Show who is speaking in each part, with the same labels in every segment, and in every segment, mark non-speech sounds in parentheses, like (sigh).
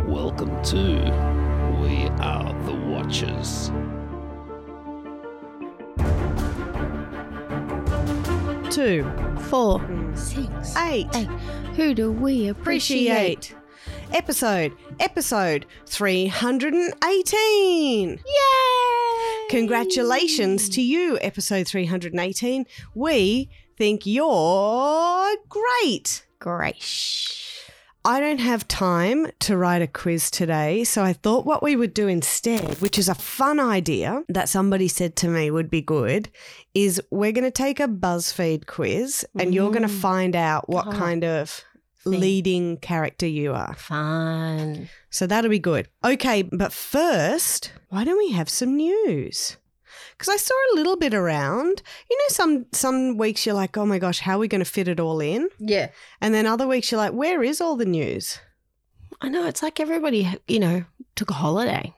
Speaker 1: Welcome to We Are the Watchers.
Speaker 2: two,
Speaker 3: four,
Speaker 4: Six.
Speaker 2: eight.
Speaker 4: Eight. Who do we appreciate?
Speaker 2: Appreciate. Episode, episode 318. Yay! Congratulations to you, episode 318. We think you're great.
Speaker 4: Grace.
Speaker 2: I don't have time to write a quiz today, so I thought what we would do instead, which is a fun idea that somebody said to me would be good, is we're going to take a BuzzFeed quiz and you're going to
Speaker 4: Mm.
Speaker 2: find out what
Speaker 4: Oh.
Speaker 2: kind of
Speaker 4: Thing.
Speaker 2: leading character you are.
Speaker 4: Fun.
Speaker 2: So that'll be good. Okay, but first, why don't we have some news? Because I saw a little bit around. You know, some some weeks you're like, oh my gosh, how are we going to fit it all in?
Speaker 4: Yeah.
Speaker 2: And then other weeks you're like, where is all the news?
Speaker 4: I know. It's like everybody, you know, took a holiday.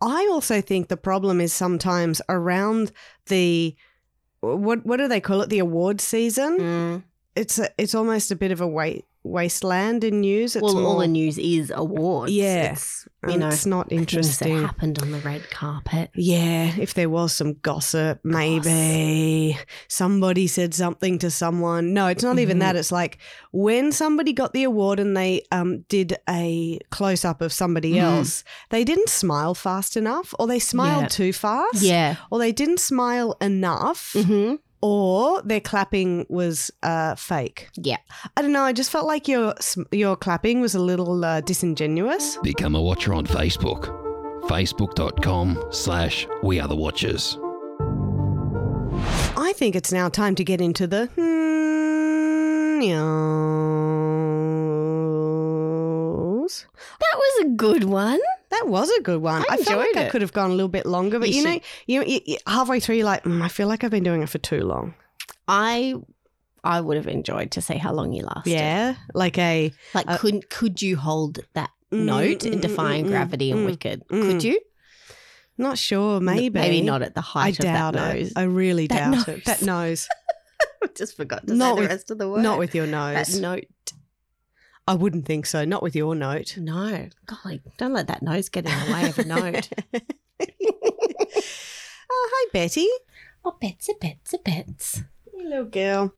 Speaker 2: I also think the problem is sometimes around the what what do they call it? The award season.
Speaker 4: Mm.
Speaker 2: It's a, it's almost a bit of a wa- wasteland in news. It's
Speaker 4: well, all
Speaker 2: more-
Speaker 4: the news is awards.
Speaker 2: Yeah.
Speaker 4: It's,
Speaker 2: and
Speaker 4: you know,
Speaker 2: it's not
Speaker 4: things that
Speaker 2: interesting.
Speaker 4: happened on the red carpet.
Speaker 2: Yeah, if there was some gossip, maybe somebody said something to someone. No, it's not even
Speaker 4: Mhm.
Speaker 2: that. It's like when somebody got the award and they um, did a close up of somebody
Speaker 4: Mm.
Speaker 2: else, they didn't smile fast enough, or they smiled
Speaker 4: Yeah.
Speaker 2: too fast,
Speaker 4: Yeah.
Speaker 2: or they didn't smile enough,
Speaker 4: Mm-hmm.
Speaker 2: or their clapping was uh, fake.
Speaker 4: Yeah.
Speaker 2: I don't know. I just felt like your sm- your clapping was a little uh, disingenuous.
Speaker 1: Become a watcher on Facebook. Facebook.com slash We Are the Watchers.
Speaker 2: I think it's now time to get into the hmm, news.
Speaker 4: That was a good one.
Speaker 2: That was a good one.
Speaker 4: I
Speaker 2: I, felt like
Speaker 4: enjoyed
Speaker 2: I
Speaker 4: it.
Speaker 2: could have gone a little bit longer, but
Speaker 4: You
Speaker 2: you, know, you, you- you- halfway through, you're like, mm, I feel like I've been doing it for too long.
Speaker 4: I I would have enjoyed to see how long you lasted.
Speaker 2: Yeah, like a
Speaker 4: Like
Speaker 2: Uh,
Speaker 4: couldn't could you hold that
Speaker 2: Mm,
Speaker 4: note
Speaker 2: mm,
Speaker 4: in
Speaker 2: mm,
Speaker 4: defying
Speaker 2: mm,
Speaker 4: gravity and
Speaker 2: mm,
Speaker 4: wicked?
Speaker 2: mm.
Speaker 4: Could you?
Speaker 2: not sure,
Speaker 4: N-
Speaker 2: maybe
Speaker 4: Maybe not at the height
Speaker 2: I
Speaker 4: of
Speaker 2: doubt
Speaker 4: that
Speaker 2: it.
Speaker 4: nose.
Speaker 2: I really
Speaker 4: That
Speaker 2: doubt
Speaker 4: nose.
Speaker 2: it. That
Speaker 4: (laughs)
Speaker 2: nose,
Speaker 4: I (laughs) just forgot
Speaker 2: Not with-
Speaker 4: rest of the
Speaker 2: not with your
Speaker 4: that
Speaker 2: nose.
Speaker 4: note.
Speaker 2: I wouldn't think so. Not with your note.
Speaker 4: No. Golly, don't let that nose get in the way of a
Speaker 2: (laughs)
Speaker 4: note. (laughs)
Speaker 2: Oh, hi Betty.
Speaker 4: oh betsy betsy bets.
Speaker 2: Hey, little girl.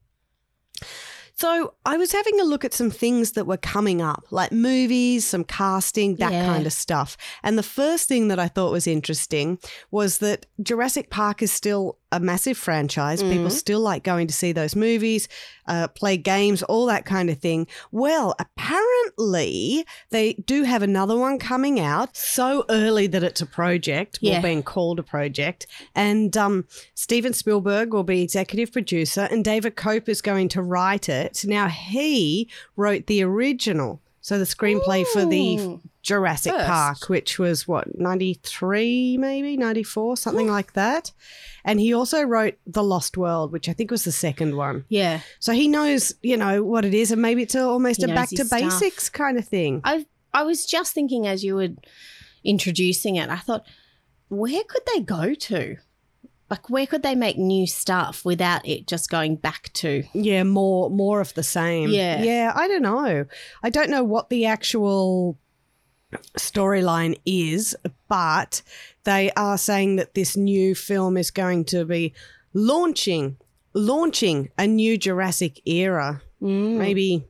Speaker 2: So I was having a look at some things that were coming up, like movies, some casting, that
Speaker 4: Yeah.
Speaker 2: kind of stuff. And the first thing that I thought was interesting was that Jurassic Park is still a massive franchise. People
Speaker 4: Mhm.
Speaker 2: still like going to see those movies, uh, play games, all that kind of thing. Well, apparently they do have another one coming out so early that it's a project,
Speaker 4: Yeah.
Speaker 2: or being called a project, and um, Steven Spielberg will be executive producer, and David Cope is going to write it. Now, he wrote the original, so the screenplay for the
Speaker 4: Ooh.
Speaker 2: Jurassic
Speaker 4: First.
Speaker 2: Park, which was what, 93, maybe 94, something like that. And he also wrote The Lost World, which I think was the second one.
Speaker 4: Yeah.
Speaker 2: So he knows, you know, what it is, and maybe it's almost
Speaker 4: He
Speaker 2: a
Speaker 4: knows
Speaker 2: back to
Speaker 4: his stuff.
Speaker 2: basics kind of thing.
Speaker 4: I was just thinking as you were introducing it, I thought, where could they go to? Like, where could they make new stuff without it just going back to?
Speaker 2: Yeah, more more of the same.
Speaker 4: Yeah.
Speaker 2: Yeah, I don't know. I don't know what the actual storyline is, but they are saying that this new film is going to be launching launching a new Jurassic era.
Speaker 4: Hmm.
Speaker 2: Maybe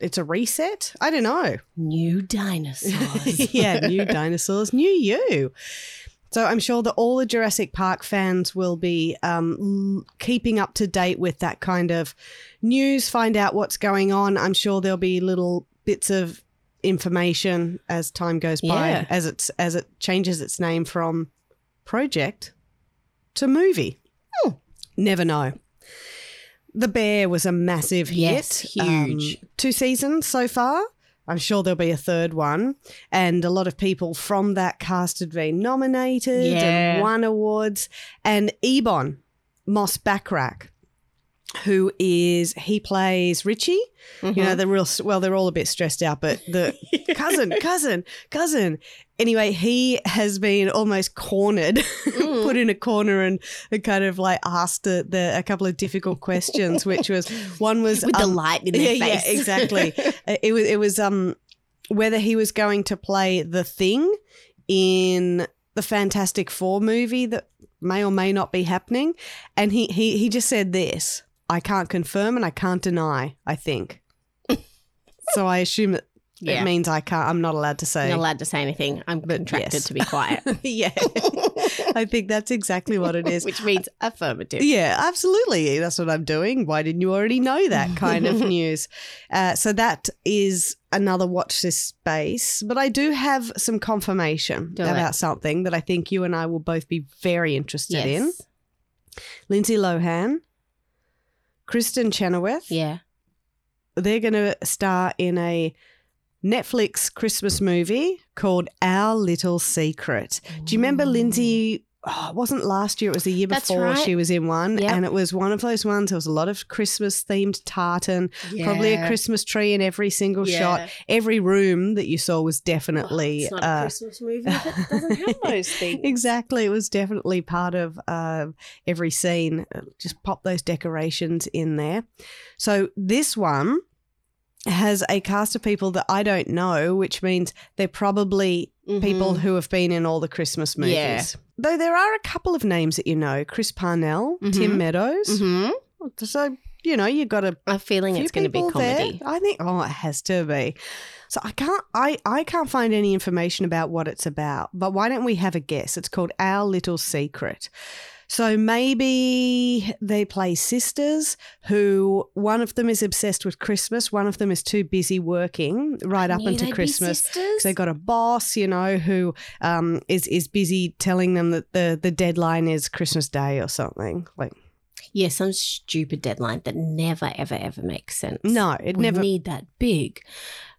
Speaker 2: it's a reset? I don't know.
Speaker 4: New dinosaurs.
Speaker 2: (laughs) yeah, new dinosaurs, new you. So I'm sure that all the Jurassic Park fans will be um, l- keeping up to date with that kind of news, find out what's going on. I'm sure there'll be little bits of information as time goes by,
Speaker 4: Yeah.
Speaker 2: as it's as it changes its name from project to movie.
Speaker 4: Hmm.
Speaker 2: Never know. The Bear was a massive
Speaker 4: Yes,
Speaker 2: hit. um,
Speaker 4: huge.
Speaker 2: two seasons so far. I'm sure there'll be a third one. And a lot of people from that cast had been nominated
Speaker 4: Yeah.
Speaker 2: and won awards. And Ebon Moss Backrack, who is, he plays Richie. You
Speaker 4: Uh-huh. (laughs)
Speaker 2: know, they're real, well, they're all a bit stressed out, but the cousin, cousin, cousin. Anyway, he has been almost cornered, (laughs)
Speaker 4: Mm.
Speaker 2: put in a corner and kind of like asked the, the, a couple of difficult questions, which was one was
Speaker 4: (laughs) With
Speaker 2: (laughs)
Speaker 4: the
Speaker 2: um,
Speaker 4: light in their
Speaker 2: yeah,
Speaker 4: (laughs) face.
Speaker 2: Uh, yeah, exactly. it was it was um whether he was going to play the thing in the Fantastic Four movie that may or may not be happening. And he, he, he just said this I can't confirm and I can't deny, I think. (laughs) so I assume that
Speaker 4: Yeah.
Speaker 2: it means I can't, I'm not allowed to say.
Speaker 4: not allowed to say anything. I'm contracted
Speaker 2: yes.
Speaker 4: to be quiet,
Speaker 2: (laughs)
Speaker 4: (laughs)
Speaker 2: yeah. I think that's exactly what it is.
Speaker 4: which means affirmative.
Speaker 2: Yeah, absolutely. That's what I'm doing. Why didn't you already know
Speaker 4: (laughs)
Speaker 2: that kind of news? Uh, so that is another watch this space. But I do have some confirmation
Speaker 4: Do it.
Speaker 2: about something that I think you and I will both be very interested
Speaker 4: Yes.
Speaker 2: in. Lindsay Lohan, Kristen Chenoweth.
Speaker 4: Yeah.
Speaker 2: They're going to star in a Netflix Christmas movie called Our Little Secret. Do you remember Lindsay? Oh, it wasn't last year, it was the year
Speaker 4: That's
Speaker 2: before
Speaker 4: right.
Speaker 2: she was in one.
Speaker 4: Yep.
Speaker 2: And it was one of those ones. There was a lot of Christmas themed tartan, probably a Christmas tree in every single shot. Every room that you saw was
Speaker 4: Oh,
Speaker 2: definitely. (laughs) uh,
Speaker 4: Christmas movie that
Speaker 2: (laughs)
Speaker 4: those things.
Speaker 2: Exactly. It was definitely part of uh, every scene. Uh, Just pop those decorations in there. So this one has a cast of people that I don't know, which means they're probably
Speaker 4: Mhm.
Speaker 2: people who have been in all the Christmas movies.
Speaker 4: Yeah.
Speaker 2: Though there are a couple of names that you know Chris Parnell, Tim
Speaker 4: Mhm.
Speaker 2: Meadows.
Speaker 4: Mhm.
Speaker 2: So, you know, you've got a
Speaker 4: I'm feeling
Speaker 2: few
Speaker 4: it's going to be
Speaker 2: people there.
Speaker 4: comedy.
Speaker 2: I think, oh, it has to be. So I can't, I, I can't find any information about what it's about, but why don't we have a guess? It's called Our Little Secret. So maybe they play sisters who one of them is obsessed with Christmas, one of them is too busy working right up
Speaker 4: Knew they'd
Speaker 2: until
Speaker 4: be
Speaker 2: Christmas.
Speaker 4: sisters.
Speaker 2: They've got a boss, you know, who um, is is busy telling them that the the deadline is Christmas Day or something. Like,
Speaker 4: Yeah, some stupid deadline that never, ever, ever makes sense.
Speaker 2: no, it
Speaker 4: we
Speaker 2: never.
Speaker 4: need that big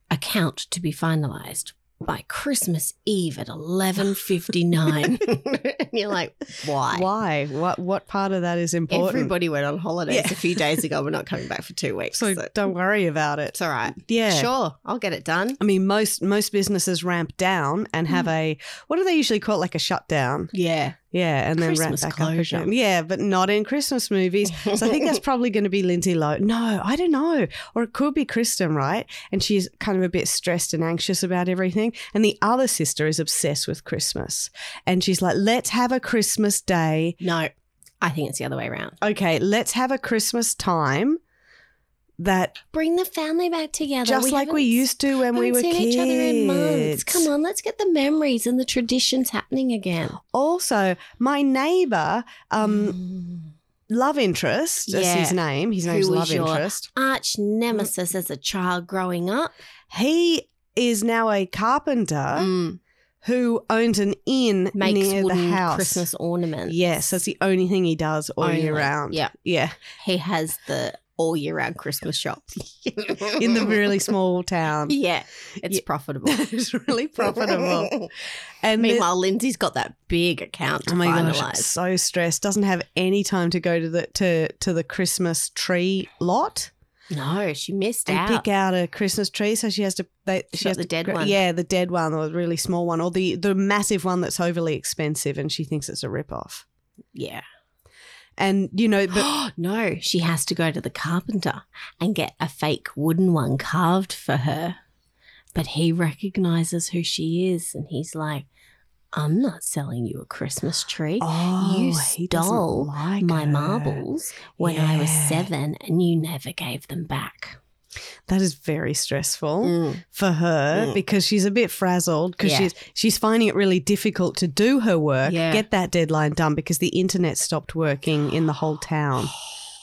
Speaker 4: account to be finalized by Christmas Eve at eleven fifty nine. (laughs) and you're like, why?
Speaker 2: Why? What what part of that is important?
Speaker 4: Everybody went on holidays
Speaker 2: Yeah.
Speaker 4: a few days (laughs) ago. We're not coming back for two weeks.
Speaker 2: so, don't worry about it.
Speaker 4: it's all right.
Speaker 2: Yeah.
Speaker 4: Sure, I'll get it done.
Speaker 2: I mean, most most businesses ramp down and
Speaker 4: Hmm.
Speaker 2: have a what do they usually call it, like a shutdown?
Speaker 4: Yeah.
Speaker 2: Yeah, and then
Speaker 4: Christmas
Speaker 2: ramp back
Speaker 4: closure.
Speaker 2: up again. Yeah, but not in Christmas movies. So I think
Speaker 4: (laughs)
Speaker 2: that's probably going to be Lindsay Lowe. No, I don't know. Or it could be Kristen, right? And she's kind of a bit stressed and anxious about everything. And the other sister is obsessed with Christmas. And she's like, let's have a Christmas day.
Speaker 4: no, I think it's the other way around.
Speaker 2: Okay, let's have a Christmas time that
Speaker 4: Bring the family back together.
Speaker 2: just like we
Speaker 4: haven't-
Speaker 2: used to when we were
Speaker 4: haven't seen
Speaker 2: kids.
Speaker 4: each other in months. Come on, let's get the memories and the traditions happening again.
Speaker 2: Also, my neighbor, um,
Speaker 4: Mm.
Speaker 2: love interest is
Speaker 4: Yeah.
Speaker 2: his name. His
Speaker 4: Who
Speaker 2: name's
Speaker 4: was
Speaker 2: love
Speaker 4: your-
Speaker 2: interest.
Speaker 4: arch nemesis as a child growing up.
Speaker 2: He is now a carpenter who owns an inn
Speaker 4: Mm. Makes
Speaker 2: near the
Speaker 4: wooden
Speaker 2: house.
Speaker 4: Christmas ornaments.
Speaker 2: Yes, that's the only thing he does all
Speaker 4: Only.
Speaker 2: year round.
Speaker 4: Yeah.
Speaker 2: Yeah.
Speaker 4: He has the all year round Christmas shop
Speaker 2: (laughs) In the really
Speaker 4: (laughs)
Speaker 2: small town.
Speaker 4: Yeah. It's
Speaker 2: Yeah.
Speaker 4: profitable.
Speaker 2: (laughs) it's really profitable.
Speaker 4: (laughs)
Speaker 2: And the-
Speaker 4: Meanwhile, Lindsay's got that big account to
Speaker 2: Oh my
Speaker 4: finalize.
Speaker 2: gosh, I'm so stressed. Doesn't have any time to go to the to to the Christmas tree lot
Speaker 4: No, she missed
Speaker 2: and
Speaker 4: out.
Speaker 2: pick out a Christmas tree. So she has to they,
Speaker 4: She's
Speaker 2: she
Speaker 4: got
Speaker 2: has
Speaker 4: the
Speaker 2: to
Speaker 4: dead
Speaker 2: gra-
Speaker 4: one.
Speaker 2: Yeah, the dead one or the really small one or the the massive one that's overly expensive and she thinks it's a rip off.
Speaker 4: Yeah.
Speaker 2: And you know, but
Speaker 4: (gasps) no, she has to go to the carpenter and get a fake wooden one carved for her. But he recognizes who she is and he's like, I'm not selling you a Christmas tree.
Speaker 2: Oh,
Speaker 4: he doesn't
Speaker 2: like
Speaker 4: my marbles when I was
Speaker 2: Yeah.
Speaker 4: seven and you never gave them back.
Speaker 2: That is very stressful for her
Speaker 4: Mm.
Speaker 2: because she's a bit frazzled because
Speaker 4: Yeah.
Speaker 2: she's she's finding it really difficult to do her work,
Speaker 4: Yeah.
Speaker 2: get that deadline done because the internet stopped working in the whole town.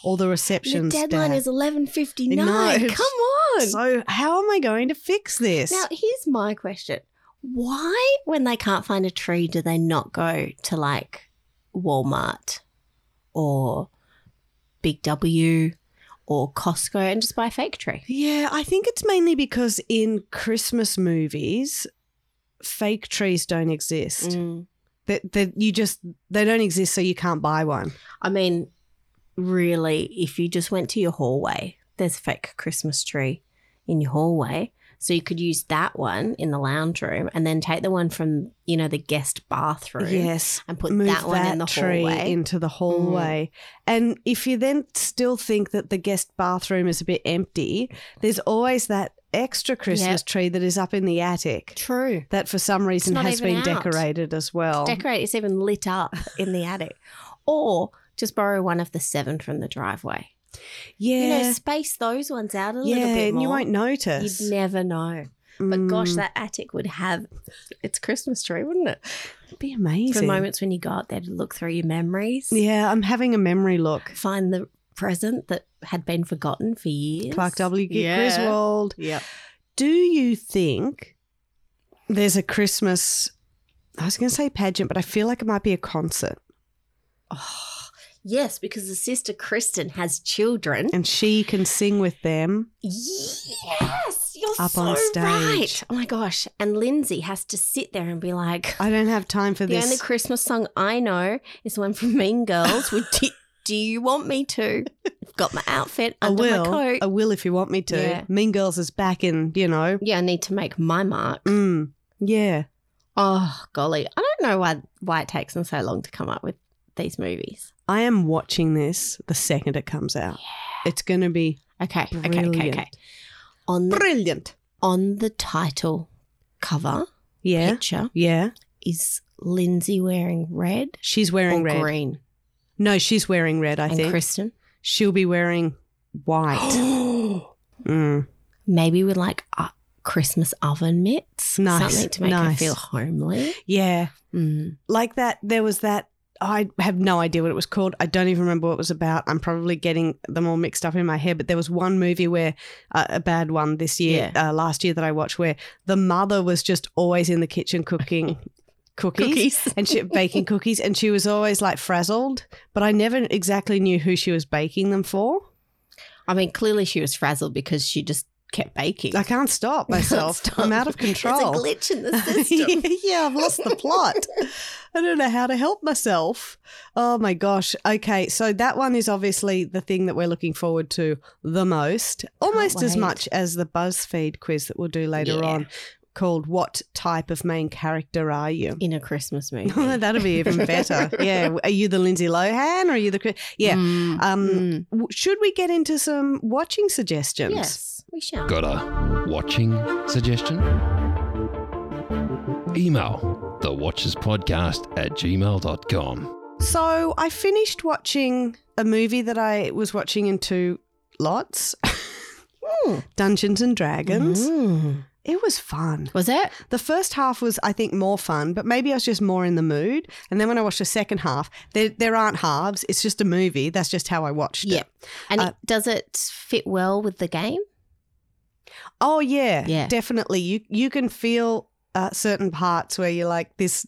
Speaker 2: All the receptions.
Speaker 4: is eleven fifty
Speaker 2: No.
Speaker 4: on.
Speaker 2: So how am I going to fix this?
Speaker 4: now here's my question. Why when they can't find a tree do they not go to like Walmart or Big W or Costco and just buy a fake tree?
Speaker 2: Yeah, I think it's mainly because in Christmas movies, fake trees don't exist.
Speaker 4: Mm.
Speaker 2: That that you just they don't exist, so you can't buy one.
Speaker 4: I mean, really, if you just went to your hallway, there's a fake Christmas tree in your hallway. So you could use that one in the lounge room and then take the one from, you know, the guest bathroom
Speaker 2: Yes,
Speaker 4: and put that one in the
Speaker 2: tree
Speaker 4: hallway. Mm.
Speaker 2: into the hallway. And if you then still think that the guest bathroom is a bit empty, there's always that extra Christmas tree that is up in the attic
Speaker 4: True.
Speaker 2: that for some reason
Speaker 4: not
Speaker 2: has
Speaker 4: even
Speaker 2: been
Speaker 4: out.
Speaker 2: decorated as well.
Speaker 4: Decorate. It's even lit up in the attic. Or just borrow one of the seven from the driveway.
Speaker 2: yeah.
Speaker 4: You know, space those ones out a
Speaker 2: yeah,
Speaker 4: little bit
Speaker 2: and
Speaker 4: more.
Speaker 2: you won't notice.
Speaker 4: You'd never know. But gosh,
Speaker 2: Mm,
Speaker 4: that attic would have its Christmas tree, wouldn't it?
Speaker 2: that'd be
Speaker 4: For
Speaker 2: amazing.
Speaker 4: moments when you go out there to look through your memories,
Speaker 2: Yeah, I'm having a memory look.
Speaker 4: find the present that had been forgotten for years.
Speaker 2: Clark W. G-
Speaker 4: Yeah.
Speaker 2: Griswold.
Speaker 4: Yep.
Speaker 2: Do you think there's a Christmas? I was going to say pageant, but I feel like it might be a concert.
Speaker 4: Oh, yes, because the sister Kristen has children.
Speaker 2: And she can sing with them.
Speaker 4: Yes, you're
Speaker 2: Up
Speaker 4: so
Speaker 2: on stage.
Speaker 4: right. Oh my gosh! And Lindsay has to sit there and be like,
Speaker 2: I don't have time for
Speaker 4: "The only
Speaker 2: this.
Speaker 4: Christmas song I know is the one from Mean Girls." Would do, do you want
Speaker 2: (laughs)
Speaker 4: me to? I've got my outfit
Speaker 2: I
Speaker 4: under
Speaker 2: will.
Speaker 4: my coat.
Speaker 2: I will if you want me to.
Speaker 4: Yeah.
Speaker 2: Mean Girls is back in, you know.
Speaker 4: yeah, I need to make my mark.
Speaker 2: Mm, yeah.
Speaker 4: Oh golly, I don't know why why it takes them so long to come up with these movies.
Speaker 2: I am watching this the second it comes out. It's going to be
Speaker 4: Okay, okay, okay,
Speaker 2: Brilliant.
Speaker 4: okay. On the,
Speaker 2: brilliant.
Speaker 4: on the title cover
Speaker 2: Yeah.
Speaker 4: picture
Speaker 2: Yeah.
Speaker 4: is Lindsay wearing red
Speaker 2: She's wearing
Speaker 4: or
Speaker 2: red.
Speaker 4: green,
Speaker 2: No, she's wearing red, I
Speaker 4: and
Speaker 2: think. (gasps)
Speaker 4: Kristen.
Speaker 2: She'll be wearing
Speaker 4: (gasps)
Speaker 2: white. Mm.
Speaker 4: Maybe with like uh, Christmas oven mitts,
Speaker 2: Nice,
Speaker 4: something to make her
Speaker 2: nice.
Speaker 4: feel homely.
Speaker 2: Yeah.
Speaker 4: (laughs) Mm.
Speaker 2: like that there was that I have no idea what it was called. I don't even remember what it was about. I'm probably getting them all mixed up in my head. But there was one movie where uh, a bad one this year, uh, last year that I watched, where the mother was just always in the kitchen cooking cookies, and she baking cookies, and she was always like frazzled. But I never exactly knew who she was baking them for.
Speaker 4: I mean, clearly she was frazzled because she just kept baking.
Speaker 2: I can't stop myself.
Speaker 4: Stop.
Speaker 2: I'm out of
Speaker 4: There's a
Speaker 2: control.
Speaker 4: glitch
Speaker 2: (laughs)
Speaker 4: in the system.
Speaker 2: yeah, I've lost the plot. (laughs) I don't know how to help myself. Oh my gosh. Okay, so that one is obviously the thing that we're looking forward to the most, almost as
Speaker 4: wait.
Speaker 2: much as the BuzzFeed quiz that we'll do later
Speaker 4: Yeah.
Speaker 2: on called What Type of Main Character Are You? (laughs)
Speaker 4: in a Christmas movie.
Speaker 2: That'll be (laughs) even better. yeah. Are you the Lindsay Lohan or are you the. Chris- Yeah.
Speaker 4: Mm.
Speaker 2: Um,
Speaker 4: Mm.
Speaker 2: w- Should we get into some watching suggestions?
Speaker 4: Yes, we shall.
Speaker 1: Got a watching suggestion? Email the Watchers Podcast at gmail.com.
Speaker 2: So I finished watching a movie that I was watching in two lots (laughs) Hmm, Dungeons and Dragons.
Speaker 4: Mm.
Speaker 2: It was fun.
Speaker 4: Was it?
Speaker 2: The first half was, I think, more fun, but maybe I was just more in the mood. And then when I watched the second half, there, there aren't halves. It's just a movie. That's just how I watched
Speaker 4: Yeah.
Speaker 2: it.
Speaker 4: And
Speaker 2: Uh,
Speaker 4: it, does it fit well with the game?
Speaker 2: Oh, yeah.
Speaker 4: Yeah.
Speaker 2: Definitely. You, you can feel uh, certain parts where you're like, this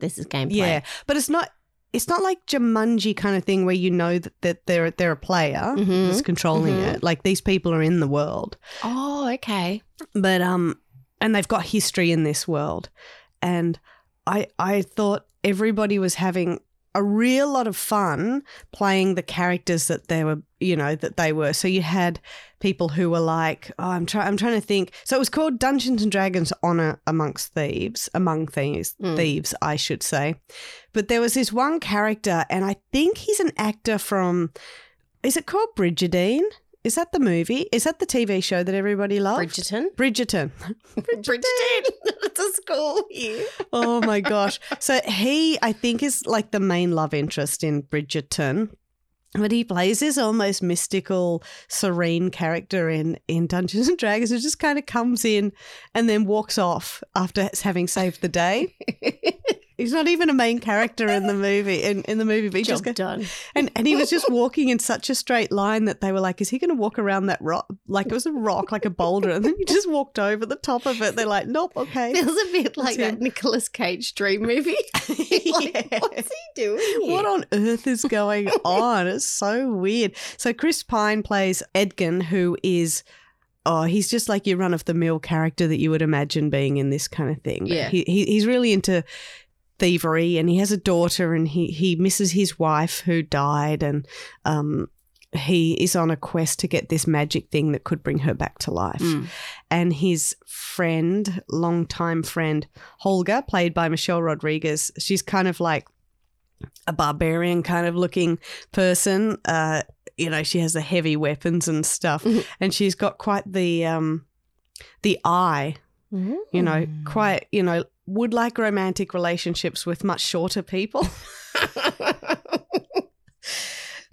Speaker 4: This is gameplay.
Speaker 2: Yeah, but it's not. It's not like Jumanji kind of thing where you know that, that they're they're a player
Speaker 4: Mhm.
Speaker 2: that's controlling
Speaker 4: Mhm.
Speaker 2: it. Like these people are in the world,
Speaker 4: Oh, okay.
Speaker 2: but um, and they've got history in this world, and I I thought everybody was having a real lot of fun playing the characters that they were, you know, that they were. So you had people who were like, oh, I'm trying, I'm trying to think. So it was called Dungeons and Dragons Honor Amongst Thieves, among thieves,
Speaker 4: Mm.
Speaker 2: thieves, I should say. But there was this one character, and I think he's an actor from, is it called Bridgerton? Is that the movie? Is that the TV show that everybody loved?
Speaker 4: Bridgerton.
Speaker 2: Oh, (laughs) Bridgerton.
Speaker 4: Bridgerton. (laughs) it's a school
Speaker 2: (laughs)
Speaker 4: here.
Speaker 2: Oh my
Speaker 4: (laughs)
Speaker 2: gosh. So he, I think, is like the main love interest in Bridgerton. But he plays this almost mystical, serene character in, in Dungeons and Dragons who just kind of comes in and then walks off after having saved the day. He's not even a main character in the movie in, in the movie, but he just
Speaker 4: Job
Speaker 2: go- (laughs)
Speaker 4: done.
Speaker 2: and, and he was
Speaker 4: (laughs)
Speaker 2: just walking in such a straight line that they were like, Is he gonna walk around that rock like it was a rock, like a boulder? And then he just walked over the top of it. They're like, Nope,
Speaker 4: (laughs)
Speaker 2: okay.
Speaker 4: Feels a bit like
Speaker 2: That's
Speaker 4: that Nicolas Cage dream
Speaker 2: (laughs)
Speaker 4: movie. (laughs) like,
Speaker 2: Yeah.
Speaker 4: What's he doing? Here?
Speaker 2: What on earth is going on? It's so weird. So Chris Pine plays Edgin, who is oh, he's just like your run of the mill character that you would imagine being in this kind of thing. But
Speaker 4: Yeah.
Speaker 2: He, he he's really into thievery and he has a daughter and he he misses his wife who died and um he is on a quest to get this magic thing that could bring her back to life
Speaker 4: Mm.
Speaker 2: and his friend, longtime friend Holger, played by Michelle Rodriguez. She's kind of like a barbarian kind of looking person. Uh, you know, she has the heavy weapons and stuff,
Speaker 4: Mhm.
Speaker 2: and she's got quite the um, the eye,
Speaker 4: Hmm.
Speaker 2: you know,
Speaker 4: Mm. (laughs)
Speaker 2: quite, you know, would like romantic relationships with much shorter people. (laughs)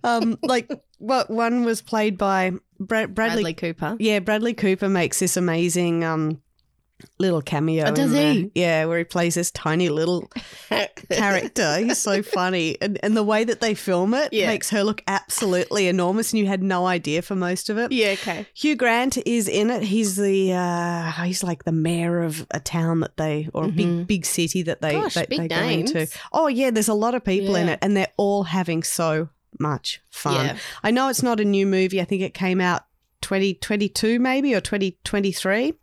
Speaker 2: um, like, what one was played by Bra- Bradley,
Speaker 4: Bradley Cooper.
Speaker 2: Yeah, Bradley Cooper makes this amazing um, little cameo.
Speaker 4: Oh, does
Speaker 2: in there.
Speaker 4: he?
Speaker 2: Yeah, where he plays this tiny
Speaker 4: (laughs)
Speaker 2: little character. He's so funny. And, and the way that they film it
Speaker 4: Yeah.
Speaker 2: makes her look absolutely enormous, and you had no idea for most of it.
Speaker 4: yeah, okay.
Speaker 2: Hugh Grant is in it. He's the uh, he's like the mayor of a town that they or a big
Speaker 4: Mhm.
Speaker 2: big city that they
Speaker 4: Gosh,
Speaker 2: that
Speaker 4: big
Speaker 2: they go into.
Speaker 4: names.
Speaker 2: Oh yeah, there's a lot of people in
Speaker 4: Yeah.
Speaker 2: it, and they're all having so much fun.
Speaker 4: Yeah.
Speaker 2: I know it's not a new movie. I think it came out 2022 maybe or 2023.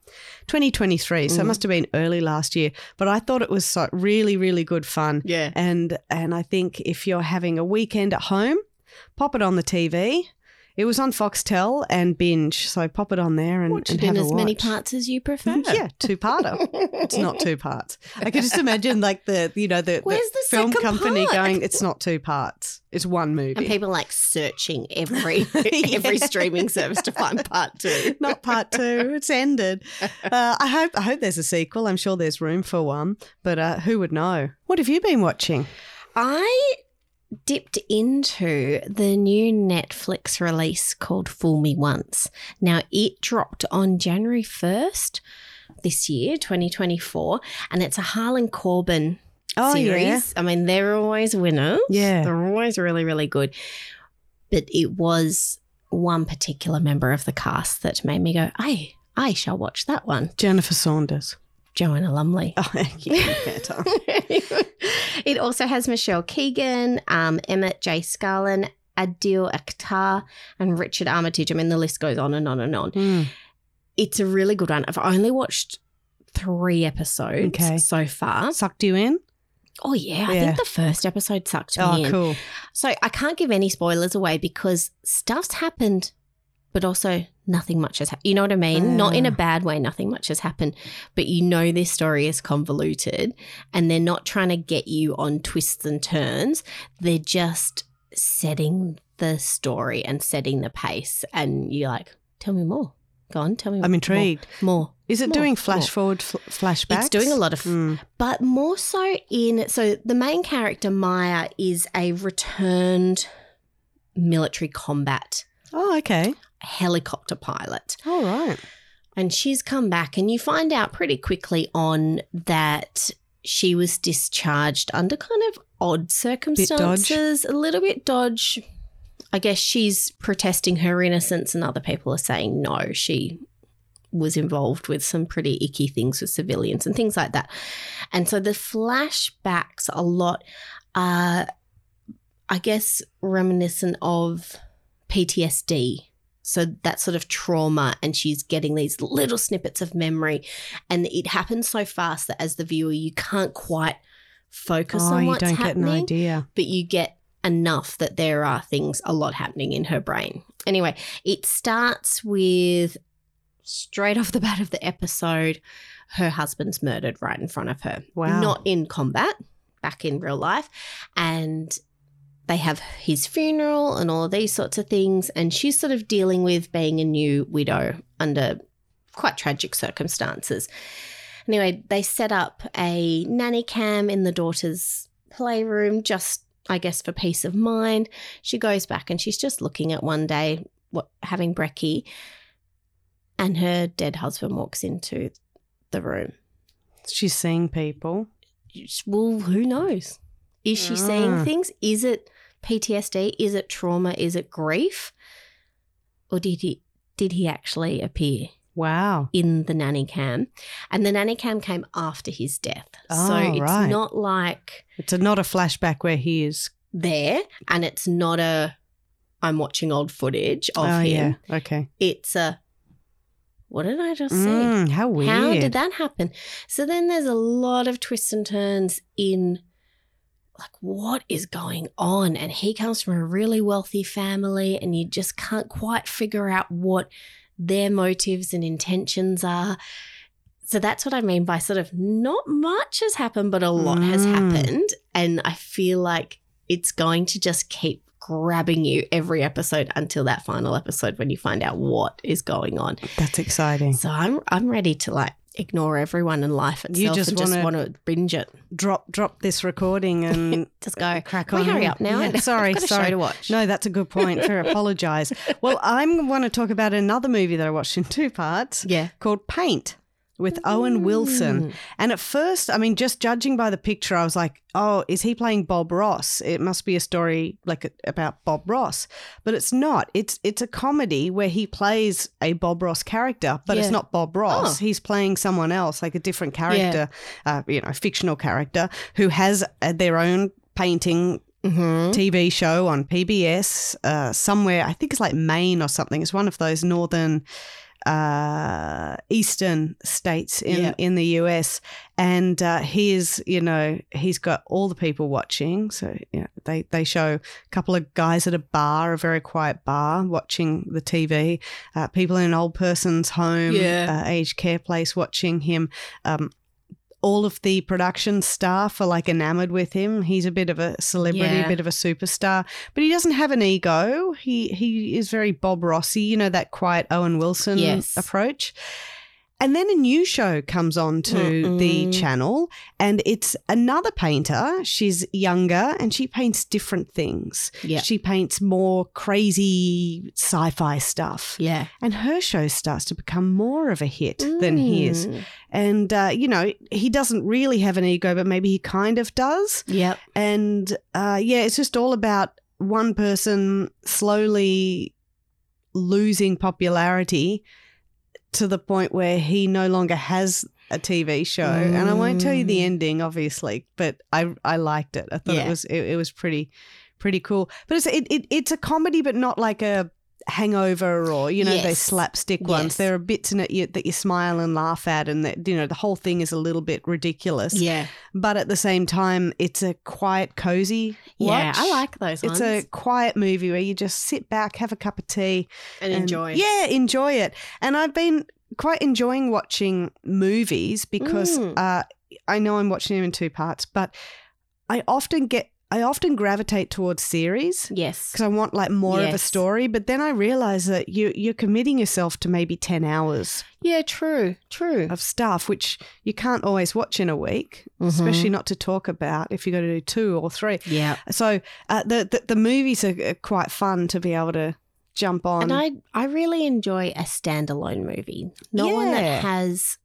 Speaker 2: 2023. So it
Speaker 4: Mhm.
Speaker 2: must have been early last year, but I thought it was so really really good fun.
Speaker 4: Yeah.
Speaker 2: And and I think if you're having a weekend at home, pop it on the TV. It was on Foxtel and binge, so pop it on there and,
Speaker 4: Watch
Speaker 2: and
Speaker 4: it in
Speaker 2: have a
Speaker 4: as many
Speaker 2: watch. (laughs)
Speaker 4: parts as you prefer.
Speaker 2: Yeah, two parter. it's not two parts. I can just imagine like the you know the,
Speaker 4: Where's the
Speaker 2: film
Speaker 4: second
Speaker 2: company
Speaker 4: part?
Speaker 2: going. It's not two parts. It's one movie.
Speaker 4: (laughs) And people like searching every
Speaker 2: (laughs) Yeah.
Speaker 4: (laughs) every streaming service to find part
Speaker 2: (laughs)
Speaker 4: two.
Speaker 2: not part two. It's ended. Uh, I hope. I hope there's a sequel. I'm sure there's room for one, but uh, who would know? What have you been watching?
Speaker 4: I dipped into the new Netflix release called Fool Me Once. Now, it dropped on January 1st this year, 2024, and it's a Harlan Corbin
Speaker 2: Oh,
Speaker 4: series. Oh, I mean, they're always winners.
Speaker 2: Yeah.
Speaker 4: They're always really, really good. But it was one particular member of the cast that made me go, I, I shall watch that one.
Speaker 2: Jennifer Saunders. (laughs)
Speaker 4: Joanna Lumley.
Speaker 2: Oh, yeah, better.
Speaker 4: (laughs) it also has Michelle Keegan, um, Emmett J. Scarlin, Adil Akhtar, and Richard Armitage. I mean, the list goes on and on and on.
Speaker 2: Mm.
Speaker 4: It's a really good one. I've only watched three episodes
Speaker 2: Okay.
Speaker 4: so far.
Speaker 2: Sucked you in?
Speaker 4: Oh, yeah, I
Speaker 2: Yeah.
Speaker 4: think the first episode sucked me
Speaker 2: Oh,
Speaker 4: in.
Speaker 2: cool.
Speaker 4: So I can't give any spoilers away because stuff's happened, but also nothing much has happened. You know what I mean? Not in a
Speaker 2: Ah.
Speaker 4: bad way, nothing much has happened, but you know this story is convoluted and they're not trying to get you on twists and turns. They're just setting the story and setting the pace. And you're like, tell me more. Go on, tell me
Speaker 2: I'm
Speaker 4: more,
Speaker 2: intrigued.
Speaker 4: More.
Speaker 2: Is it
Speaker 4: More,
Speaker 2: doing flash
Speaker 4: more.
Speaker 2: forward, fl- flashbacks?
Speaker 4: It's doing a lot of
Speaker 2: Mm.
Speaker 4: but more so in so the main character Maya is a returned military combat
Speaker 2: Oh, okay.
Speaker 4: helicopter pilot
Speaker 2: All right.
Speaker 4: and she's come back and you find out pretty quickly on that she was discharged under kind of odd circumstances a little bit dodge i guess she's protesting her innocence and other people are saying no she was involved with some pretty icky things with civilians and things like that and so the flashbacks a lot are i guess reminiscent of ptsd so that sort of trauma, and she's getting these little snippets of memory. And it happens so fast that as the viewer, you can't quite focus
Speaker 2: Oh,
Speaker 4: on
Speaker 2: you
Speaker 4: what's
Speaker 2: don't get an
Speaker 4: happening,
Speaker 2: idea.
Speaker 4: but you get enough that there are things, a lot happening in her brain. Anyway, it starts with straight off the bat of the episode her husband's murdered right in front of her.
Speaker 2: Wow.
Speaker 4: Not in combat, back in real life. And they have his funeral and all of these sorts of things. And she's sort of dealing with being a new widow under quite tragic circumstances. Anyway, they set up a nanny cam in the daughter's playroom, just, I guess, for peace of mind. She goes back and she's just looking at one day, what, having brekkie, and her dead husband walks into the room.
Speaker 2: She's seeing people.
Speaker 4: Well, who knows? Is she
Speaker 2: Ah.
Speaker 4: seeing things? Is it PTSD? Is it trauma? Is it grief? Or did he did he actually appear?
Speaker 2: Wow.
Speaker 4: in the nanny cam, and the nanny cam came after his death. so
Speaker 2: Oh,
Speaker 4: it's
Speaker 2: right.
Speaker 4: not like
Speaker 2: It's a, not a flashback where he is.
Speaker 4: there, and it's not a I'm watching old footage of
Speaker 2: oh,
Speaker 4: him.
Speaker 2: yeah. Okay.
Speaker 4: It's a what did I just say?
Speaker 2: Mm, how weird.
Speaker 4: How did that happen? So then there's a lot of twists and turns in like what is going on? And he comes from a really wealthy family, and you just can't quite figure out what their motives and intentions are. So that's what I mean by sort of not much has happened, but a lot has
Speaker 2: Mm.
Speaker 4: happened. And I feel like it's going to just keep grabbing you every episode until that final episode when you find out what is going on.
Speaker 2: That's exciting.
Speaker 4: So I'm I'm ready to like ignore everyone in life itself
Speaker 2: You just
Speaker 4: and just want
Speaker 2: wanna-
Speaker 4: to binge it.
Speaker 2: Drop drop this
Speaker 4: (laughs)
Speaker 2: recording and
Speaker 4: Just go.
Speaker 2: crack
Speaker 4: Can
Speaker 2: on.
Speaker 4: we hurry up now?
Speaker 2: Yeah, sorry,
Speaker 4: (laughs) I've got a show
Speaker 2: sorry.
Speaker 4: to watch.
Speaker 2: No, that's a good point. Fair
Speaker 4: (laughs)
Speaker 2: apologise. Well, I'm want to talk about another movie that I watched in two parts
Speaker 4: Yeah.
Speaker 2: called Paint with
Speaker 4: Mm.
Speaker 2: Owen Wilson. And at first, I mean, just judging by the picture, I was like, oh, is he playing Bob Ross? It must be a story like about Bob Ross. But it's not. It's it's a comedy where he plays a Bob Ross character, but
Speaker 4: Yeah.
Speaker 2: it's not Bob Ross.
Speaker 4: Oh.
Speaker 2: He's playing someone else, like a different character, uh, you know, fictional character who has uh, their own painting
Speaker 4: Mm-hmm.
Speaker 2: TV show on PBS uh, somewhere. I think it's like Maine or something. It's one of those northern, uh, eastern states in
Speaker 4: Yeah.
Speaker 2: in the US. And uh, he is, you know, he's got all the people watching. So you know, they they show a couple of guys at a bar, a very quiet bar, watching the TV. Uh, people in an old person's home,
Speaker 4: Yeah.
Speaker 2: uh, aged care place, watching him. Um, all of the production staff are like enamored with him. He's a bit of a celebrity,
Speaker 4: Yeah.
Speaker 2: a bit of a superstar, but he doesn't have an ego. He he is very Bob Rossi, you know that quiet Owen Wilson
Speaker 4: Yes.
Speaker 2: approach. And then a new show comes on to the
Speaker 4: Mm-mm.
Speaker 2: channel, and it's another painter. She's younger and she paints different things. (laughs)
Speaker 4: Yeah.
Speaker 2: She paints more crazy sci fi stuff.
Speaker 4: Yeah.
Speaker 2: And her show starts to become more of a hit than his.
Speaker 4: Mm.
Speaker 2: And, uh, you know, he doesn't really have an ego, but maybe he kind of does.
Speaker 4: Yep.
Speaker 2: And uh, yeah, it's just all about one person slowly losing popularity to the point where he no longer has a TV show. And I won't tell you the
Speaker 4: Mm.
Speaker 2: ending, obviously, but I I liked it. I thought
Speaker 4: Yeah.
Speaker 2: it was it, it was pretty pretty cool. But it's it, it it's a comedy, but not like a hangover or you know
Speaker 4: Yes.
Speaker 2: those slapstick
Speaker 4: Yes.
Speaker 2: ones there are bits in it you, that you smile and laugh at and that you know the whole thing is a little bit ridiculous
Speaker 4: Yeah.
Speaker 2: but at the same time, it's a quiet, cozy watch.
Speaker 4: Yeah. I like those
Speaker 2: It's
Speaker 4: ones.
Speaker 2: a quiet movie where you just sit back, have a cup of tea,
Speaker 4: and, enjoy.
Speaker 2: Yeah, enjoy it. And I've been quite enjoying watching movies because
Speaker 4: Mm.
Speaker 2: uh, I know I'm watching them in two parts, but I often get, I often gravitate towards series.
Speaker 4: Yes.
Speaker 2: Because I want like more of a
Speaker 4: Yes.
Speaker 2: story, but then I realize that you you're committing yourself to maybe ten hours
Speaker 4: Yeah. True. True.
Speaker 2: of stuff, which you can't always watch in a week,
Speaker 4: Mhm.
Speaker 2: especially not to talk about if you're going to do two or three.
Speaker 4: Yeah.
Speaker 2: So uh, the, the the movies are uh, quite fun to be able to jump on.
Speaker 4: And I I really enjoy a standalone movie, not one
Speaker 2: Yeah.
Speaker 4: that has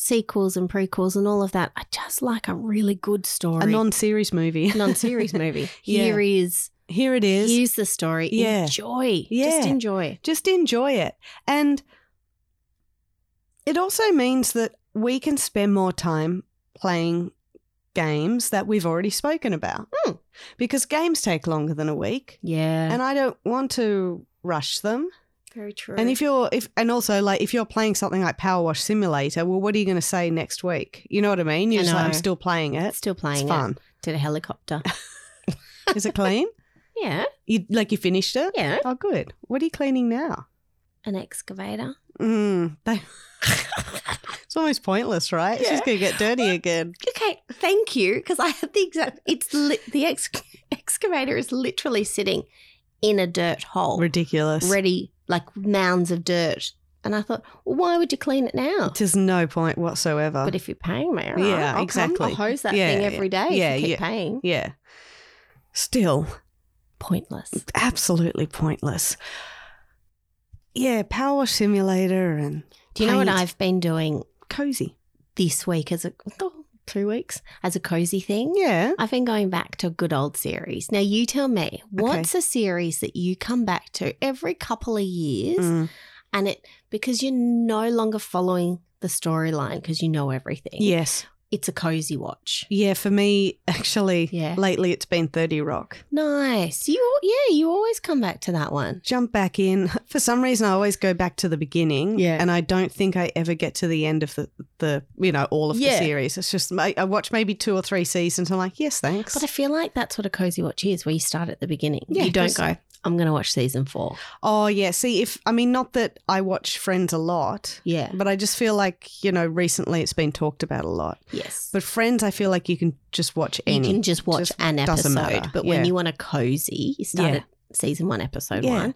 Speaker 4: sequels and prequels and all of that. I just like a really good story,
Speaker 2: a non-series movie. (laughs)
Speaker 4: non-series movie.
Speaker 2: Yeah.
Speaker 4: (laughs) Here is
Speaker 2: Here it is.
Speaker 4: here's the story.
Speaker 2: Yeah.
Speaker 4: Enjoy,
Speaker 2: Yeah.
Speaker 4: just enjoy.
Speaker 2: Just enjoy it, and it also means that we can spend more time playing games that we've already spoken about,
Speaker 4: Hmm.
Speaker 2: because games take longer than a week,
Speaker 4: Yeah,
Speaker 2: and I don't want to rush them.
Speaker 4: very true.
Speaker 2: And if you're if and also like if you're playing something like Power Wash Simulator, well, what are you going to say next week? You know what I mean? You're
Speaker 4: I
Speaker 2: just like, I'm
Speaker 4: know.
Speaker 2: still playing it.
Speaker 4: still playing
Speaker 2: it's
Speaker 4: it,
Speaker 2: fun.
Speaker 4: did a (laughs) helicopter.
Speaker 2: Is it clean?
Speaker 4: (laughs) yeah,
Speaker 2: You like you finished it?
Speaker 4: yeah,
Speaker 2: Oh, good. What are you cleaning now?
Speaker 4: an excavator.
Speaker 2: Mm, they, (laughs) it's almost pointless, right? It's
Speaker 4: Yeah.
Speaker 2: just going to get dirty
Speaker 4: (laughs)
Speaker 2: again.
Speaker 4: Okay, thank you. Because I had the exact. It's li- the ex- (laughs) excavator is literally sitting in a dirt hole.
Speaker 2: Ridiculous.
Speaker 4: ready like mounds of dirt. And I thought, well, why would you clean it now?
Speaker 2: There's no point whatsoever.
Speaker 4: But if you're paying me, all right,
Speaker 2: Yeah,
Speaker 4: I'll come,
Speaker 2: exactly.
Speaker 4: I'll hose that
Speaker 2: Yeah,
Speaker 4: thing
Speaker 2: yeah.
Speaker 4: every day.
Speaker 2: Yeah,
Speaker 4: if you keep
Speaker 2: yeah.
Speaker 4: paying.
Speaker 2: yeah. Still,
Speaker 4: Pointless.
Speaker 2: absolutely pointless. Yeah, Power Wash Simulator and
Speaker 4: Do you know what
Speaker 2: Paint.
Speaker 4: I've been doing
Speaker 2: cozy.
Speaker 4: this week as a oh, two weeks as a cozy thing?
Speaker 2: Yeah.
Speaker 4: I've been going back to good old series. Now you tell me, what's a series that you come back to every couple of years,
Speaker 2: Mm.
Speaker 4: and it because you're no longer following the storyline because you know everything.
Speaker 2: Yes.
Speaker 4: it's a cozy watch.
Speaker 2: Yeah, for me, actually,
Speaker 4: Yeah.
Speaker 2: lately it's been 30 Rock.
Speaker 4: Nice. You al- yeah, you always come back to that one.
Speaker 2: Jump back in. (laughs) For some reason, I always go back to the beginning.
Speaker 4: Yeah.
Speaker 2: And I don't think I ever get to the end of the, the you know, all of
Speaker 4: Yeah.
Speaker 2: the series. It's just, I, I watch maybe two or three seasons. I'm like, yes, thanks.
Speaker 4: But I feel like that's what a cozy watch is, where you start at the beginning.
Speaker 2: Yeah,
Speaker 4: you don't
Speaker 2: just-
Speaker 4: go, I'm going to watch season four.
Speaker 2: Oh yeah. See, if I mean, not that I watch Friends a lot,
Speaker 4: Yeah.
Speaker 2: but I just feel like you know recently it's been talked about a lot.
Speaker 4: Yes.
Speaker 2: But Friends, I feel like you can just watch
Speaker 4: you
Speaker 2: any.
Speaker 4: can just watch
Speaker 2: Just
Speaker 4: an
Speaker 2: doesn't
Speaker 4: episode.
Speaker 2: matter.
Speaker 4: But
Speaker 2: Yeah.
Speaker 4: when you want a cozy, you start
Speaker 2: Yeah.
Speaker 4: at season one, episode
Speaker 2: Yeah.
Speaker 4: one.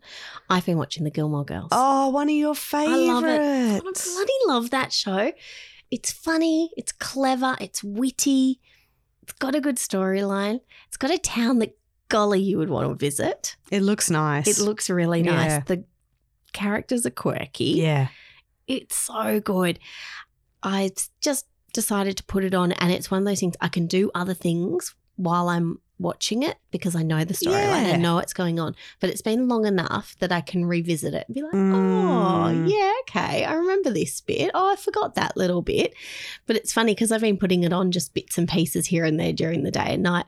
Speaker 4: I've been watching The Gilmore Girls.
Speaker 2: oh, one of your
Speaker 4: love it. I
Speaker 2: favorites.
Speaker 4: bloody love that show. It's funny, it's clever, it's witty, it's got a good storyline, it's got a town that, golly, you would want to visit.
Speaker 2: It looks nice.
Speaker 4: It looks really nice.
Speaker 2: Yeah.
Speaker 4: The characters are quirky.
Speaker 2: Yeah.
Speaker 4: It's so good. I just decided to put it on, and it's one of those things I can do other things while I'm watching it because I know the storyline
Speaker 2: Yeah.
Speaker 4: I know what's going on. But it's been long enough that I can revisit it and be like,
Speaker 2: Mm.
Speaker 4: oh, yeah, okay, I remember this bit. Oh, I forgot that little bit. But it's funny because I've been putting it on just bits and pieces here and there during the day and night.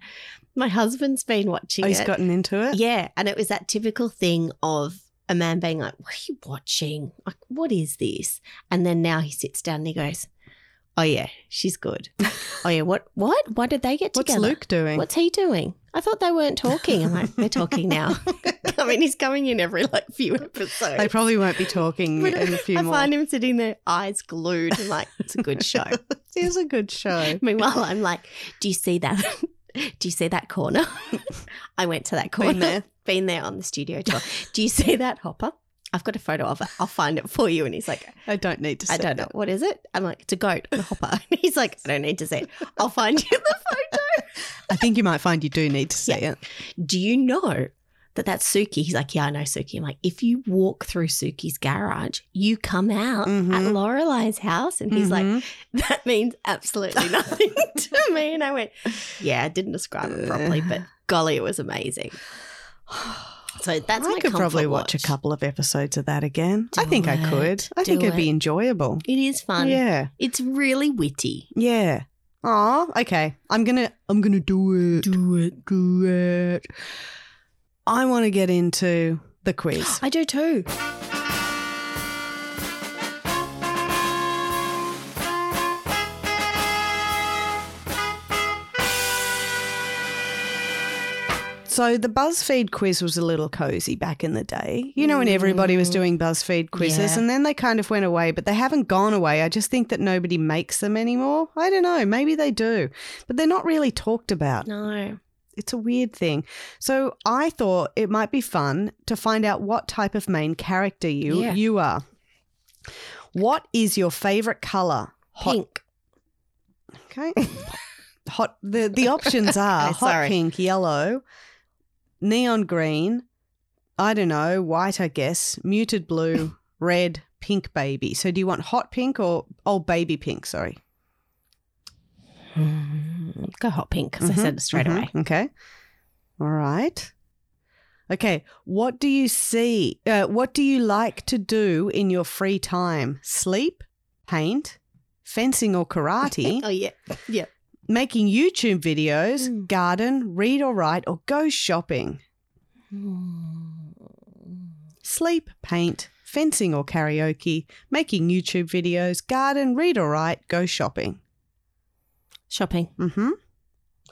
Speaker 4: My husband's been watching
Speaker 2: Oh, he's
Speaker 4: it.
Speaker 2: gotten into it.
Speaker 4: Yeah. And it was that typical thing of a man being like, What are you watching? Like, what is this? And then now he sits down and he goes, Oh yeah, she's good. oh yeah, what what? Why did they get
Speaker 2: What's
Speaker 4: together?
Speaker 2: Luke doing? (laughs)
Speaker 4: (laughs) What's he doing? I thought they weren't talking. I'm like, they're talking now. (laughs) I mean, he's coming in every like few episodes.
Speaker 2: they probably won't be talking
Speaker 4: (laughs) But
Speaker 2: in a few
Speaker 4: I
Speaker 2: more.
Speaker 4: find him sitting there, eyes glued, and like, it's a good (laughs) show.
Speaker 2: (laughs) it is a good
Speaker 4: (laughs)
Speaker 2: show.
Speaker 4: Meanwhile, I'm like, do you see that? (laughs) Do you see that corner? (laughs) I went to that corner.
Speaker 2: Been there.
Speaker 4: Been there on the studio tour. Do you see that hopper? I've got a photo of it. I'll find it for you. And he's like,
Speaker 2: I don't need to.
Speaker 4: I
Speaker 2: say
Speaker 4: don't know.
Speaker 2: that.
Speaker 4: What is it? I'm like, it's a goat, a hopper. (laughs) And he's like, I don't need to see it. I'll find you (laughs) the
Speaker 2: I think you might find you do need to see it.
Speaker 4: photo. Do you know that that's Suki? He's like, yeah, I know Suki. I'm like, if you walk through Suki's garage, you come out at
Speaker 2: Mhm.
Speaker 4: Lorelai's house. And he's like,
Speaker 2: Mm-hmm.
Speaker 4: that means absolutely nothing (laughs) to me. And I went, yeah, I didn't describe it properly, but golly, it was amazing. (sighs) So that's
Speaker 2: I
Speaker 4: my
Speaker 2: could
Speaker 4: comfort
Speaker 2: probably watch. a couple of episodes of that again. I
Speaker 4: Do
Speaker 2: think I
Speaker 4: it.
Speaker 2: could. I
Speaker 4: Do
Speaker 2: think it'd be
Speaker 4: it.
Speaker 2: enjoyable.
Speaker 4: It is fun.
Speaker 2: Yeah.
Speaker 4: It's really witty.
Speaker 2: Yeah. Aw, okay. I'm gonna I'm gonna do it. Do it. Do it. I wanna get into the
Speaker 4: (gasps)
Speaker 2: quiz. (gasps)
Speaker 4: I do too.
Speaker 2: So the BuzzFeed quiz was a little cozy back in the day. You know when everybody was doing BuzzFeed quizzes
Speaker 4: Yeah.
Speaker 2: and then they kind of went away, but they haven't gone away. I just think that nobody makes them anymore. I don't know, maybe they do. But they're not really talked about.
Speaker 4: No.
Speaker 2: It's a weird thing. So I thought it might be fun to find out what type of main character you
Speaker 4: Yeah.
Speaker 2: you are. What is your favorite color? Hot
Speaker 4: Pink.
Speaker 2: Okay. (laughs) hot. The the
Speaker 4: (laughs)
Speaker 2: options are
Speaker 4: Okay,
Speaker 2: hot
Speaker 4: sorry.
Speaker 2: pink, yellow, neon green. I don't know, white. I guess muted
Speaker 4: (laughs)
Speaker 2: blue, red, pink, baby. So do you want hot pink or oh baby pink? Sorry,
Speaker 4: Mm, (sighs) Go hot pink because
Speaker 2: Mhm,
Speaker 4: I said it straight
Speaker 2: mhm,
Speaker 4: away.
Speaker 2: Okay. All right. Okay. What do you see? Uh, what do you like to do in your free time? Sleep, paint, fencing or
Speaker 4: (laughs)
Speaker 2: karate.
Speaker 4: Oh, yeah. Yeah.
Speaker 2: making YouTube videos,
Speaker 4: Mm.
Speaker 2: garden, read or write, or go shopping, sleep, paint, fencing or karaoke, making YouTube videos, garden, read or write, go shopping.
Speaker 4: Shopping.
Speaker 2: hmm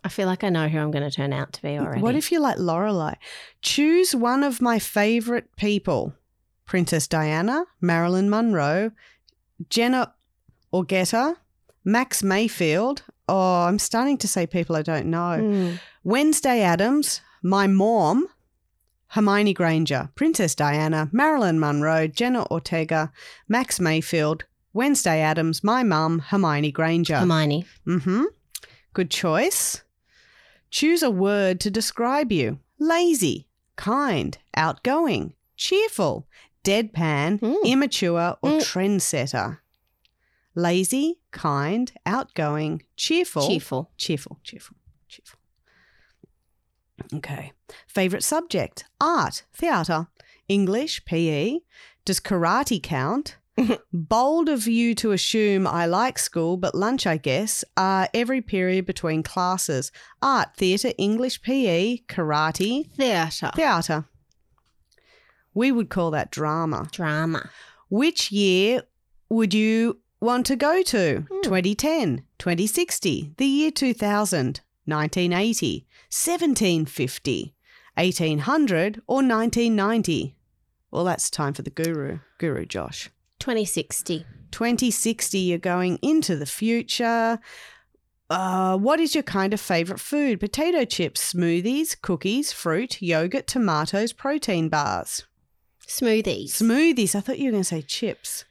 Speaker 4: I feel like I know who I'm going to turn out to be already.
Speaker 2: What if you like Lorelei? Choose one of my favorite people: Princess Diana, Marilyn Monroe, Jenna Orgetta, Max Mayfield. Oh, I'm starting to say people I don't know.
Speaker 4: Mm.
Speaker 2: Wednesday Adams, my mom, Hermione Granger, Princess Diana, Marilyn Monroe, Jenna Ortega, Max Mayfield, Wednesday Adams, my mum, Hermione Granger.
Speaker 4: Hermione.
Speaker 2: mm-hmm. Good choice. Choose a word to describe you lazy, kind, outgoing, cheerful, deadpan,
Speaker 4: Mm.
Speaker 2: immature, or
Speaker 4: Mm.
Speaker 2: trendsetter. Lazy, kind, outgoing, cheerful,
Speaker 4: Cheerful.
Speaker 2: cheerful, cheerful, cheerful. Okay. Favorite subject? Art, theater, English, PE. Does karate (laughs) count? Bold of you to assume I like school, but lunch, I guess, are every period between classes. Art, theatre, English, PE, karate,
Speaker 4: Theatre.
Speaker 2: theatre. We would call that drama.
Speaker 4: Drama.
Speaker 2: Which year would you want to go to?
Speaker 4: Hmm.
Speaker 2: 2010, 2060, the year 2000, 1980, 1750, 1800 or 1990? Well, that's time for the guru, Guru Josh.
Speaker 4: 2060.
Speaker 2: 2060, you're going into the future. Uh, what is your kind of favorite food? Potato chips, smoothies, cookies, fruit, yogurt, tomatoes, protein bars.
Speaker 4: Smoothies.
Speaker 2: Smoothies. I thought you were going to say chips.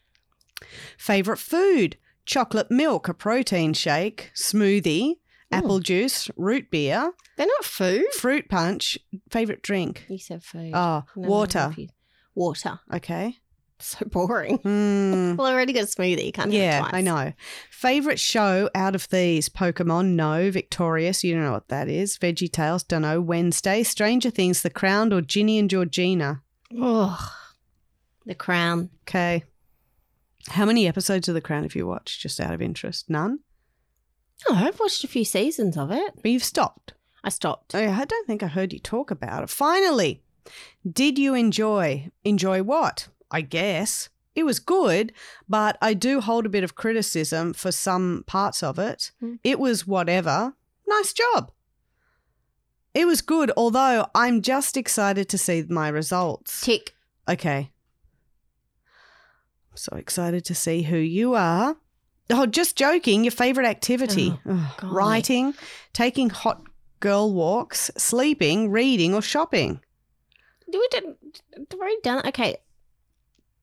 Speaker 2: Favorite food? Chocolate milk, a protein shake, smoothie, apple juice, root beer,
Speaker 4: They're not food.
Speaker 2: fruit punch. Favorite drink?
Speaker 4: You said food.
Speaker 2: Oh,
Speaker 4: No, I'm
Speaker 2: water.
Speaker 4: confused. Water. (laughs)
Speaker 2: Okay.
Speaker 4: So boring.
Speaker 2: (laughs) Hmm.
Speaker 4: Well, I already got a smoothie. You Can't
Speaker 2: yeah,
Speaker 4: have it twice.
Speaker 2: I know. Favorite show out of these Pokemon, no, Victorious, you don't know what that is. Veggie Tales, don't know. Wednesday, Stranger Things, The Crown, or Ginny and Georgina.
Speaker 4: Ugh. The Crown.
Speaker 2: Okay. How many episodes of The Crown have you watched, just out of interest? None?
Speaker 4: Oh, I've watched a few seasons of it.
Speaker 2: But you've stopped.
Speaker 4: I stopped.
Speaker 2: Oh, yeah, I don't think I heard you talk about it. Finally, did you enjoy? Enjoy what? I guess it was good, but I do hold a bit of criticism for some parts of it.
Speaker 4: Mm.
Speaker 2: It was whatever. Nice job. It was good, although I'm just excited to see my results.
Speaker 4: Tick.
Speaker 2: Okay. So excited to see who you are. Oh, just joking. Your favorite activity Ugh,
Speaker 4: golly.
Speaker 2: writing, taking hot girl walks, sleeping, reading, or shopping.
Speaker 4: We didn't. We've already done. Okay.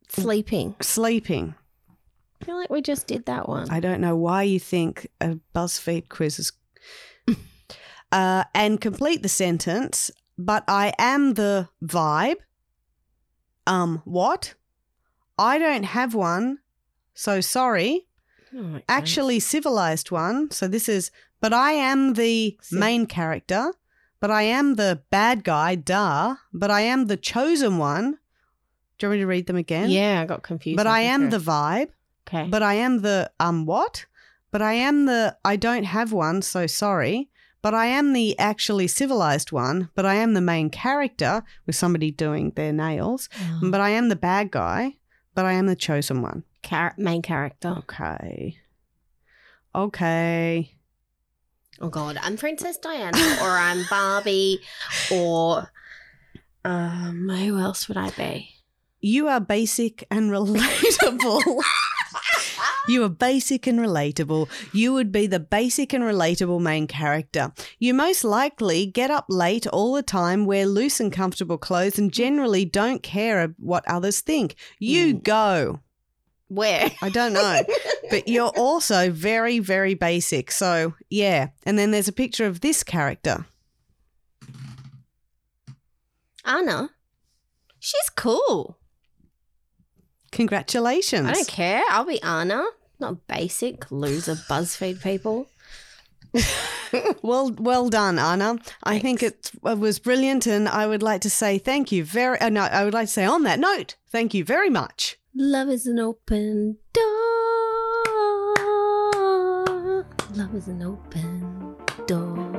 Speaker 4: Sleeping.
Speaker 2: Sleeping.
Speaker 4: I feel like we just did that one.
Speaker 2: I don't know why you think a BuzzFeed quiz is. (laughs) uh, and complete the sentence, but I am the vibe. Um, what? I don't have one. So sorry.
Speaker 4: Oh my God.
Speaker 2: actually civilized one. So this is, but I am the
Speaker 4: Civ-
Speaker 2: main character, but I am the bad guy, duh, but I am the chosen one. Do you want me to read them again?
Speaker 4: Yeah, I got confused.
Speaker 2: But I am
Speaker 4: think
Speaker 2: the vibe,
Speaker 4: I- Okay.
Speaker 2: but I am the, um, what? But I am the, I don't have one, so sorry. But I am the actually civilized one, but I am the main character with somebody doing their
Speaker 4: (gasps)
Speaker 2: nails,
Speaker 4: Oh.
Speaker 2: but I am the bad guy, but I am the chosen one.
Speaker 4: Char- main character.
Speaker 2: Okay. Okay.
Speaker 4: Oh God, I'm Princess Diana, or I'm Barbie, or um, who else would I be?
Speaker 2: You are basic and (laughs) relatable. you are basic and relatable. You would be the basic and relatable main character. You most likely get up late all the time, wear loose and comfortable clothes, and generally don't care what others think. You
Speaker 4: Mm.
Speaker 2: go.
Speaker 4: Where?
Speaker 2: I don't know. but you're also very, very basic. So, yeah. And then there's a picture of this character.
Speaker 4: Anna. She's cool.
Speaker 2: Congratulations.
Speaker 4: I don't care. I'll be Anna. Not basic loser BuzzFeed people.
Speaker 2: Well, well done, Anna. I think it uh, was brilliant, and I would like to say thank you very. Uh, no, I would like to say on that note, thank you very much.
Speaker 4: Love is an open door. Love is an open door.